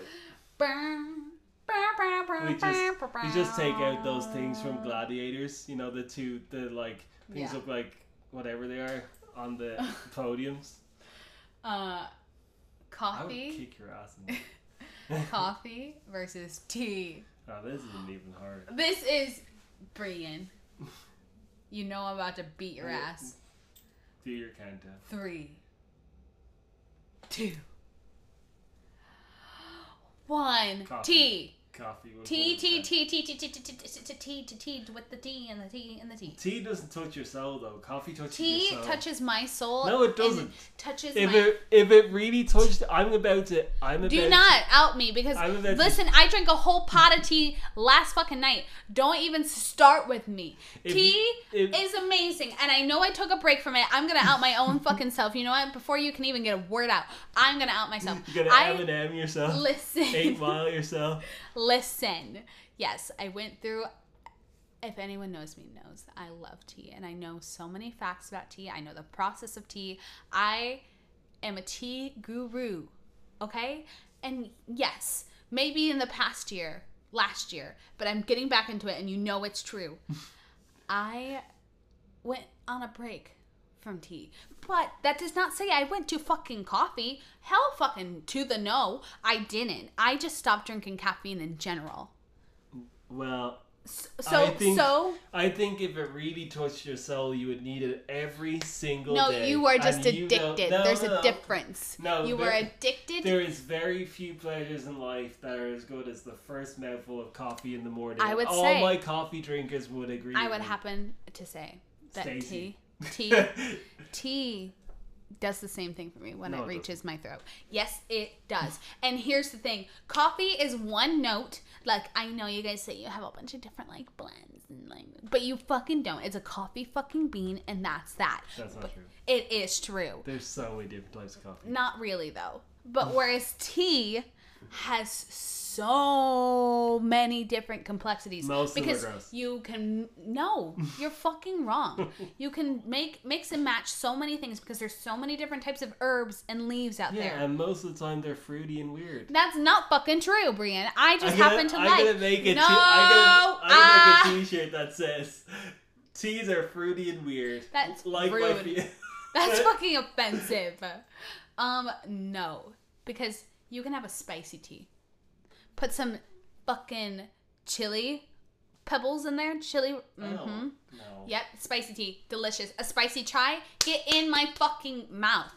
We We just- You just take out those things from gladiators, you know, the two, the like things Yeah. look like whatever they are on the podiums. Uh, I would coffee, kick your ass. In coffee versus tea. oh, this isn't even hard. This is Brian. You know I'm about to beat your Yeah. ass. Do your countdown. Three, two, one. Coffee. Tea. Coffee. Tea. 100%. Tea. Tea. Tea. Tea. Tea. Tea. Tea. Tea. Tea. Tea. Tea. With the tea and the tea and the tea. Tea doesn't touch your soul though. Coffee touches Tea your soul. touches my soul. No, it and doesn't. Touches if my it if it really touched, I'm about to. I'm about. Do to- not out me because I was at- listen, I drank a whole pot of tea last fucking night. Don't even start with me. If tea you- if- is amazing, and I know I took a break from it. I'm gonna out my own fucking self. You know what? Before you can even get a word out, I'm gonna out myself. You're gonna I M&M yourself. Eight listen. mile yourself. listen. Yes, I went through. If anyone knows me, knows I love tea, and I know so many facts about tea. I know the process of tea. I am a tea guru, okay? And yes, maybe in the past year, last year, but I'm getting back into it and you know it's true. I went on a break from tea. But that does not say I went to fucking coffee. Hell fucking to the no. I didn't. I just stopped drinking caffeine in general. Well, S- So I think- so I think if it really touched your soul, you would need it every single no, day. you are And just you don't- addicted. no, There's no, a no. difference. No, you there- were addicted There is very few pleasures in life that are as good as the first mouthful of coffee in the morning. I would All say- my coffee drinkers would agree. I with would me. happen to say that Stacey. tea, tea, tea does the same thing for me when No, it it reaches my throat. Yes, it does. and here's the thing coffee is one note. Like, I know you guys say you have a bunch of different, like, blends, and like, but you fucking don't. It's a coffee fucking bean, and that's that. That's not true. It is true. There's so many different types of coffee. Not really, though. But whereas tea has so many different complexities Most of them are because gross. you can no you're fucking wrong you can make mix and match so many things because there's so many different types of herbs and leaves out Yeah, there and most of the time they're fruity and weird. that's not fucking true brian i just I'm gonna- happen to I'm like gonna make a t- no I'm gonna, I'm gonna ah, make a t-shirt that says teas are fruity and weird. That's like my rude. fe- that's fucking offensive um no because you can have a spicy tea put some fucking chili pebbles in there chili mhm. No, no. Yep, spicy tea, delicious. A spicy chai, get in my fucking mouth,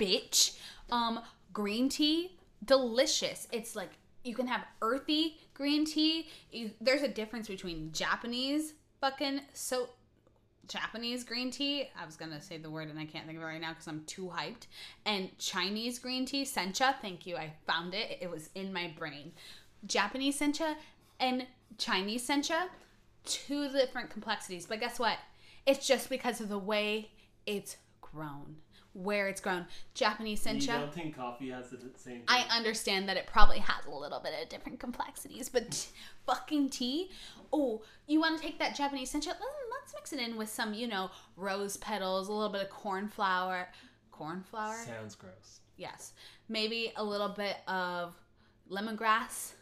bitch. Um, green tea, delicious. It's like you can have earthy green tea. You, there's a difference between Japanese fucking so Japanese green tea. I was gonna say the word and I can't think of it right now because I'm too hyped. And Chinese green tea, sencha. Thank you, I found it. It was in my brain. Japanese sencha and Chinese sencha, two different complexities. But guess what? It's just because of the way it's grown, where it's grown. Japanese You sencha. don't think coffee has the same? I understand that it probably has a little bit of different complexities, but t- fucking tea. Oh, you want to take that Japanese sencha? Mm, Let's mix it in with some, you know, rose petals, a little bit of corn flour. Corn flour? Sounds gross. Yes. Maybe a little bit of lemongrass.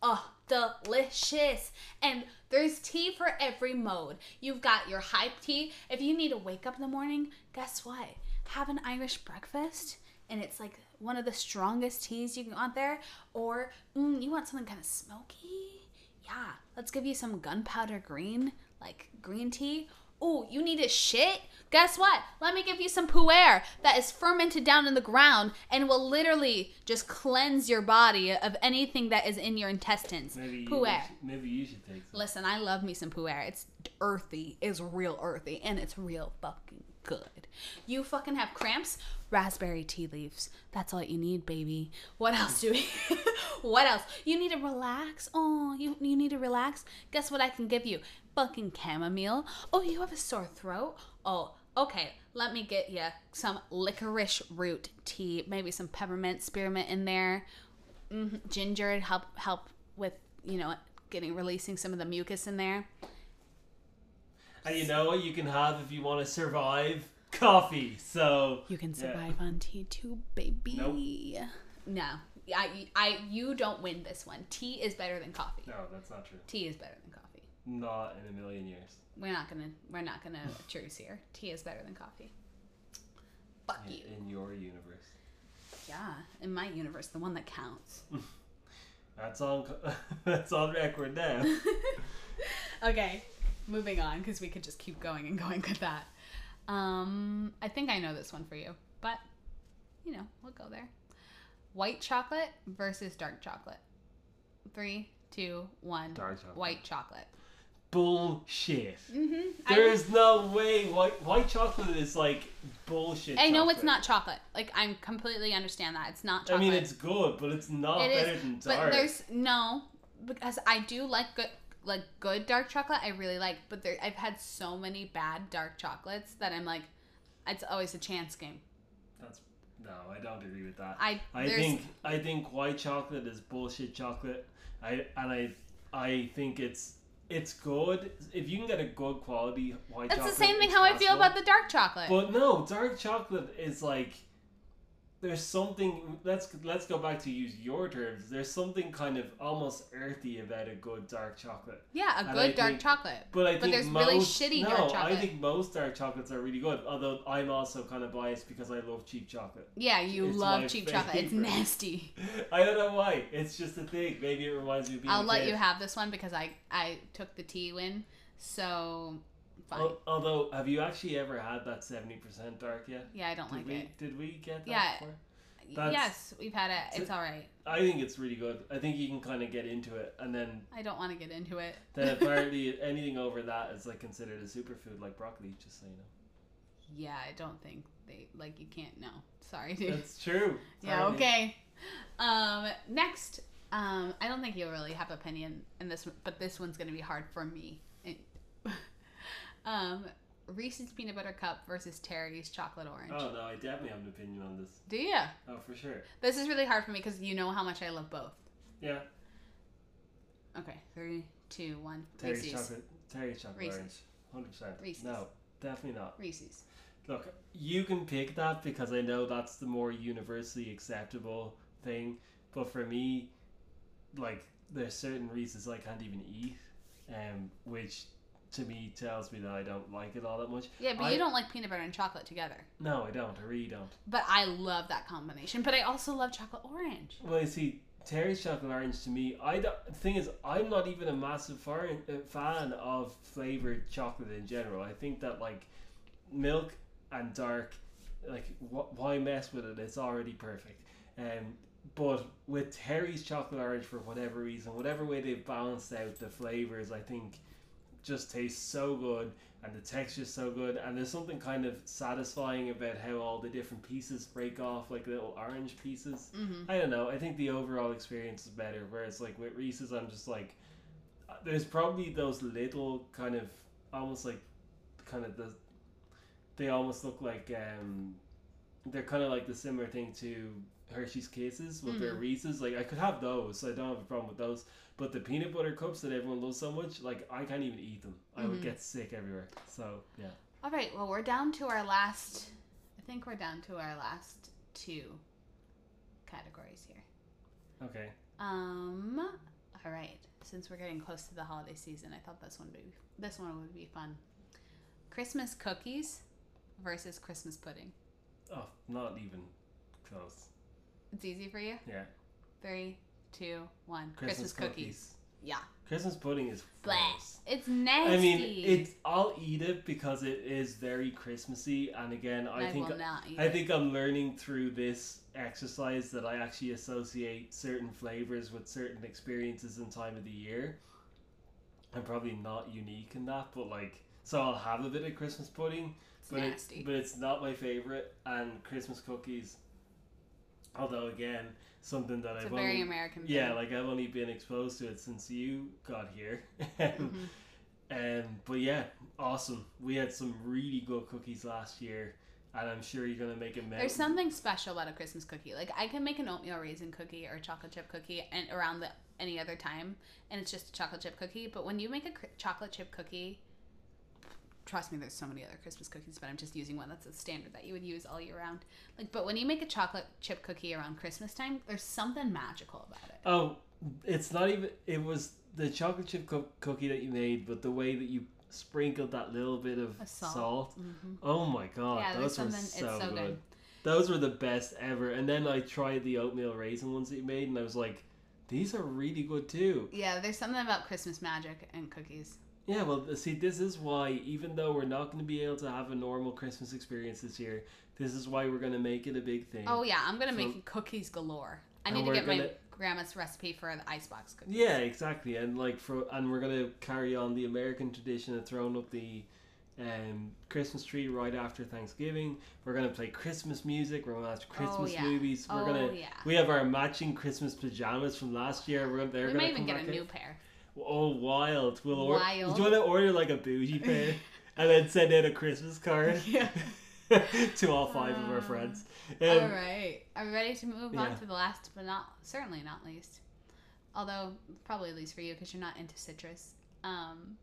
Oh, delicious. And there's tea for every mode. You've got your hype tea. If you need to wake up in the morning, guess what? Have an Irish breakfast and it's like one of the strongest teas you can want there. Or mm, you want something kind of smoky? Yeah, let's give you some gunpowder green, like green tea. Ooh, you need a shit? Guess what? Let me give you some pu'er that is fermented down in the ground and will literally just cleanse your body of anything that is in your intestines. Maybe you, Pu'er. should- maybe you should take some. Listen, I love me some pu'er. It's earthy, it's real earthy, and it's real fucking good. You fucking have cramps? Raspberry tea leaves. That's all you need, baby. What else do we? what else? You need to relax. Oh, you you need to relax. Guess what I can give you? Fucking chamomile. Oh, you have a sore throat. Oh, okay. Let me get you some licorice root tea. Maybe some peppermint, spearmint in there hmm ginger and help help with you know getting releasing some of the mucus in there. And you know what you can have if you want to survive? Coffee. So You can Yeah. survive on tea too, baby. No, I, I you don't win this one. Tea is better than coffee. no, that's not true. Tea is better than coffee. Not in a million years. We're not gonna we're not gonna choose here. Tea is better than coffee. Fuck In, you. in your universe. Yeah, in my universe, the one that counts. That's on. co- that's on record now. okay, moving on because we could just keep going and going with that. Um, I think I know this one for you, but you know, we'll go there. White chocolate versus dark chocolate. Three, two, one. Dark chocolate. White chocolate. Bullshit. Mm-hmm. There is no way white white chocolate is like bullshit. I, I know chocolate. it's not chocolate. Like I'm completely understand that it's not I chocolate. mean, it's good, but it's not It is, better than But Oh, dark. there's no because I do like good like good dark chocolate. I really like, but there I've had so many bad dark chocolates that I'm like, it's always a chance game. That's no, I don't agree with that. I I there's, think I think white chocolate is bullshit chocolate. I and I I think it's it's good if you can get a good quality white. that's the chocolate, same thing it's how I feel possible. about the dark chocolate. But no, dark chocolate is like there's something. Let's let's go back to use your terms. There's something kind of almost earthy about a good dark chocolate. yeah, and a I good dark think- chocolate. But I But think there's most, really shitty no, dark chocolate. I think most dark chocolates are really good. Although I'm also kind of biased because I love cheap chocolate. Yeah, you It's my love cheap chocolate. It's favorite. nasty. I don't know why. It's just a thing. Maybe it reminds me of being. a I'll let kid. you have this one because I I took the tea win. So fine. Al- Although, have you actually ever had that seventy percent dark yet? yeah, I don't Did like we it. did we get that? Yeah. Before? that's- yes, we've had it. It's all right. I think it's really good. I think you can kind of get into it, and then I don't want to get into it. then apparently anything over that is like considered a superfood, like broccoli. Just so you know. yeah, I don't think they like you can't. No, sorry, dude. That's true. yeah, Sorry. okay. Um, next, um, I don't think you'll really have opinion in this, one, but this one's gonna be hard for me. It- um, Reese's peanut butter cup versus Terry's chocolate orange. Oh no, I definitely have an opinion on this. Do you? Oh, for sure. This is really hard for me because you know how much I love both. Yeah, Okay, three, two, one. Terry's Reese's. chocolate, Terry's chocolate Reese's. orange, hundred Reese's. percent. No, definitely not. Reese's. Look, you can pick that because I know that's the more universally acceptable thing. But for me, like there's certain Reese's I can't even eat, um, which to me tells me that I don't like it all that much. Yeah, but I- you don't like peanut butter and chocolate together. No, I don't. I really don't. But I love that combination. But I also love chocolate orange. Well, you see, Terry's chocolate orange to me, I do thing is, I'm not even a massive foreign, uh, fan of flavored chocolate in general. I think that like milk and dark, like wh- why mess with it? It's already perfect. Um, but with Terry's chocolate orange, for whatever reason, whatever way they've balanced out the flavors, I think just tastes so good and the texture's so good and there's something kind of satisfying about how all the different pieces break off like little orange pieces Mm-hmm. I don't know. I think the overall experience is better. Whereas like with Reese's, I'm just like, uh, there's probably those little kind of almost like, kind of the, they almost look like um, they're kind of like the similar thing to Hershey's Kisses with their Mhm. Reese's. Like I could have those, so I don't have a problem with those. But the peanut butter cups that everyone loves so much, like I can't even eat them. I would Mhm. get sick everywhere. So yeah, All right, well, we're down to our last. I think we're down to our last two categories here. okay. Um. All right. Since we're getting close to the holiday season, I thought this one would be this one would be fun. Christmas cookies versus Christmas pudding. Oh, not even close. It's easy for you. Yeah, Three, two, one. Christmas, cookies. Yeah. Christmas pudding is Bleh. gross. It's nasty. I mean, it. I'll eat it because it is very Christmassy, and again, I, I think will not eat I it. think I'm learning through this exercise that I actually associate certain flavors with certain experiences and time of the year. I'm probably not unique in that, but like, so I'll have a bit of Christmas pudding, it's but nasty. It, but it's not my favorite, and Christmas cookies. Although again, something that it's a I've very only American. yeah, thing. like I've only been exposed to it since you got here. Mhm. Um, but yeah, awesome. We had some really good cookies last year, and I'm sure you're gonna make a mess. There's something special about a Christmas cookie. Like I can make an oatmeal raisin cookie or a chocolate chip cookie and around the any other time, and it's just a chocolate chip cookie. But when you make a cr- chocolate chip cookie, trust me, there's so many other Christmas cookies, but I'm just using one that's a standard that you would use all year round. Like, but when you make a chocolate chip cookie around Christmas time, there's something magical about it. Oh, it's not even. It was the chocolate chip coo- cookie that you made, but the way that you sprinkled that little bit of A salt. salt. Mm-hmm. Oh my god, yeah, there's those were something. so, it's so good. good. Those were the best ever. And then I tried the oatmeal raisin ones that you made, and I was like, these are really good too. Yeah, there's something about Christmas magic and cookies. Yeah, well, th- see, this is why, even though we're not going to be able to have a normal Christmas experience this year, this is why we're going to make it a big thing. Oh yeah, I'm gonna So- make cookies galore. I And need to we're get my gonna- grandma's recipe for the icebox cookies. Yeah, exactly, and like for and we're gonna carry on the American tradition of throwing up the um, Christmas tree right after Thanksgiving. We're gonna play Christmas music. We're gonna watch Christmas Oh, yeah. movies. We're oh gonna yeah. we have our matching Christmas pajamas from last year. We're gonna, they're We gonna might even come get a back new out. pair. Oh, wild! We'll order. Do you Wild. want to order like a bougie pair and then send out a Christmas card? Yeah. to all five of our Uh, friends. All Um, right. Are we ready to move yeah. on to the last, but not certainly not least? Although probably least for you because you're not into citrus. Um,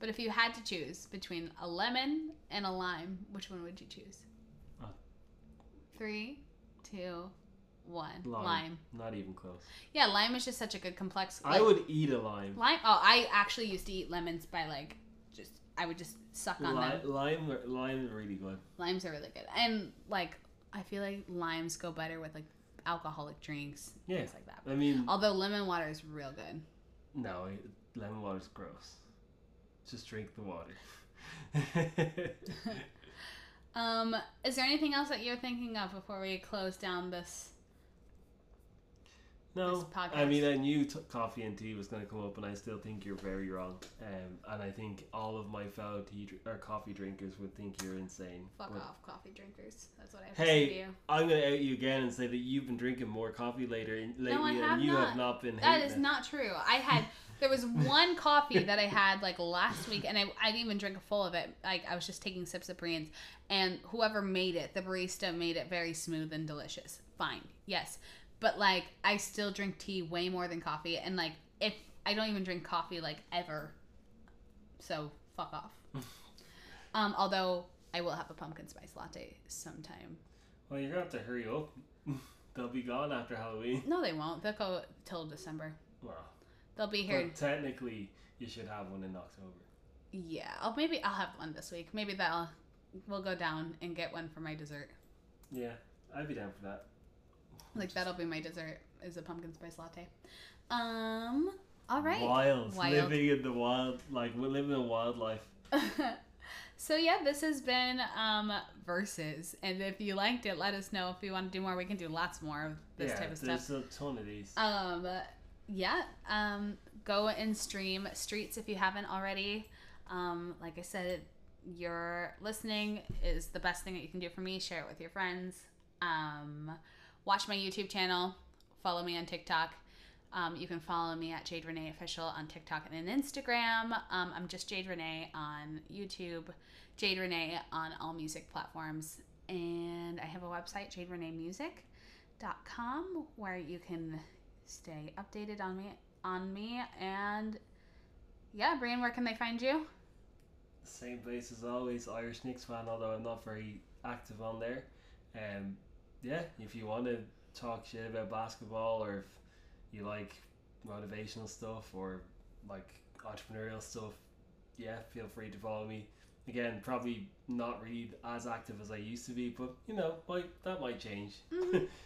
but if you had to choose between a lemon and a lime, which one would you choose? Uh. Three, two, one. Lime. Lime. Not even close. Yeah, lime is just such a good complex. I would eat a lime. Lime. Oh, I actually used to eat lemons by like just I would just suck on them. Lime, lime, lime, really good. Limes are really good, and like I feel like limes go better with like alcoholic drinks, Yeah. things like that. I mean, Although lemon water is real good. no, I- lemon water's gross. Just drink the water. Um, is there anything else that you're thinking of before we close down this This No, podcast. I mean I knew t- coffee and tea was going to come up, and I still think you're very wrong. Um, and I think all of my fellow tea dr- or coffee drinkers would think you're insane. Fuck But off, coffee drinkers. That's what I have Hey, to say to you. I'm going to out you again and say that you've been drinking more coffee later lately, I and have you not. have not been. That hating is it. not true. I had there was one coffee that I had like last week, and I, I didn't even drink a full of it. Like I was just taking sips of Brienne's, and whoever made it, the barista made it very smooth and delicious. Fine, yes, but like I still drink tea way more than coffee, and like if I don't even drink coffee like ever, so fuck off. um, although I will have a pumpkin spice latte sometime. Well, you're going to have to hurry up. They'll be gone after Halloween. No, they won't. They'll go till December. Well, They'll be here. but technically, you should have one in October. Yeah, I'll, maybe I'll have one this week. Maybe that'll we'll go down and get one for my dessert. Yeah, I'd be down for that. Like that'll be my dessert is a pumpkin spice latte. Um. All right. Wild. Wild. Living in the wild. Like, we're living a wild life. so yeah, this has been um verses, and if you liked it, let us know. If you want to do more, we can do lots more of this yeah, type of there's stuff. a ton of these. Um. Yeah. Um. Go and stream Streets if you haven't already. Um. Like I said, your listening is the best thing that you can do for me. Share it with your friends. Um, watch my YouTube channel. Follow me on TikTok. Um, you can follow me at Jade Renee Official on TikTok and on Instagram. Um, I'm just Jade Renee on YouTube, Jade Renee on all music platforms. And I have a website, jadereneemusic.com, where you can stay updated on me. On me and yeah, Brian, where can they find you? Same place as always, Irish Knicks fan, although I'm not very active on there. Um, yeah, if you want to talk shit about basketball or if you like motivational stuff or like entrepreneurial stuff, yeah, feel free to follow me. Again, probably not really as active as I used to be, but you know, like that might change. Mhm.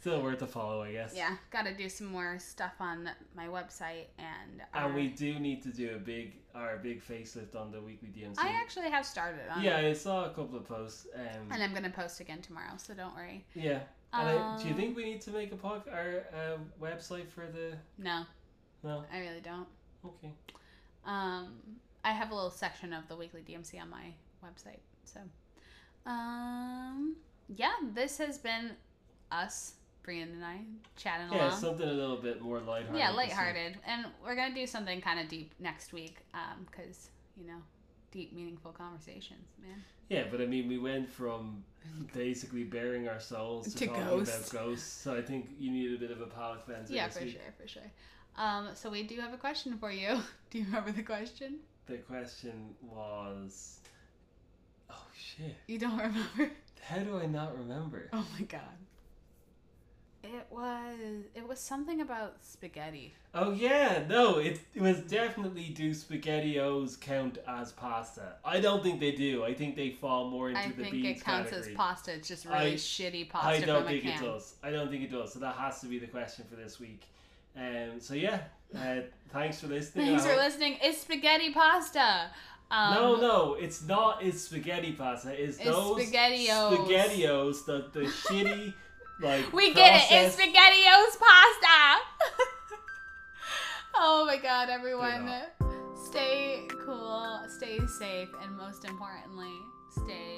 Still worth a follow, I guess. Yeah, got to do some more stuff on my website and. our- And Uh, we do need to do a big our big facelift on the weekly DMC. I actually have started on. yeah, it, I saw a couple of posts. Um, And I'm gonna post again tomorrow, so don't worry. Yeah. And I, do you Um, think we need to make a pod our uh, website for the? No, No. I really don't. Okay. Um, I have a little section of the weekly DMC on my website. So, um, yeah, this has been us, Brian and I, chatting Yeah, along. something a little bit more lighthearted. yeah, this week. lighthearted, and we're gonna do something kind of deep next week, um, because you know, deep, meaningful conversations, man. Yeah, but I mean, we went from basically bearing our souls to, To talking ghosts. about ghosts. So I think you need a bit of a palate cleanser Yeah, this for week. sure, for sure. Um, so we do have a question for you. Do you remember the question? The question was, oh shit, You don't remember? how do I not remember? Oh my god. It was it was something about spaghetti. Oh yeah, no, it, it was definitely do SpaghettiOs count as pasta? I don't think they do. I think they fall more into I the think beans it counts category. as pasta. It's just really I- shitty I pasta don't from a think can. it does. I don't think it does. So that has to be the question for this week. Um, so yeah, uh, thanks for listening. Thanks I for hope- listening. It's spaghetti pasta. Um, No, no, it's not. It's spaghetti pasta. It's, It's those SpaghettiOs. SpaghettiOs, the the shitty like. We get it. It's processed- spaghettios pasta. oh my god, everyone. not. Stay cool, stay safe, and most importantly, stay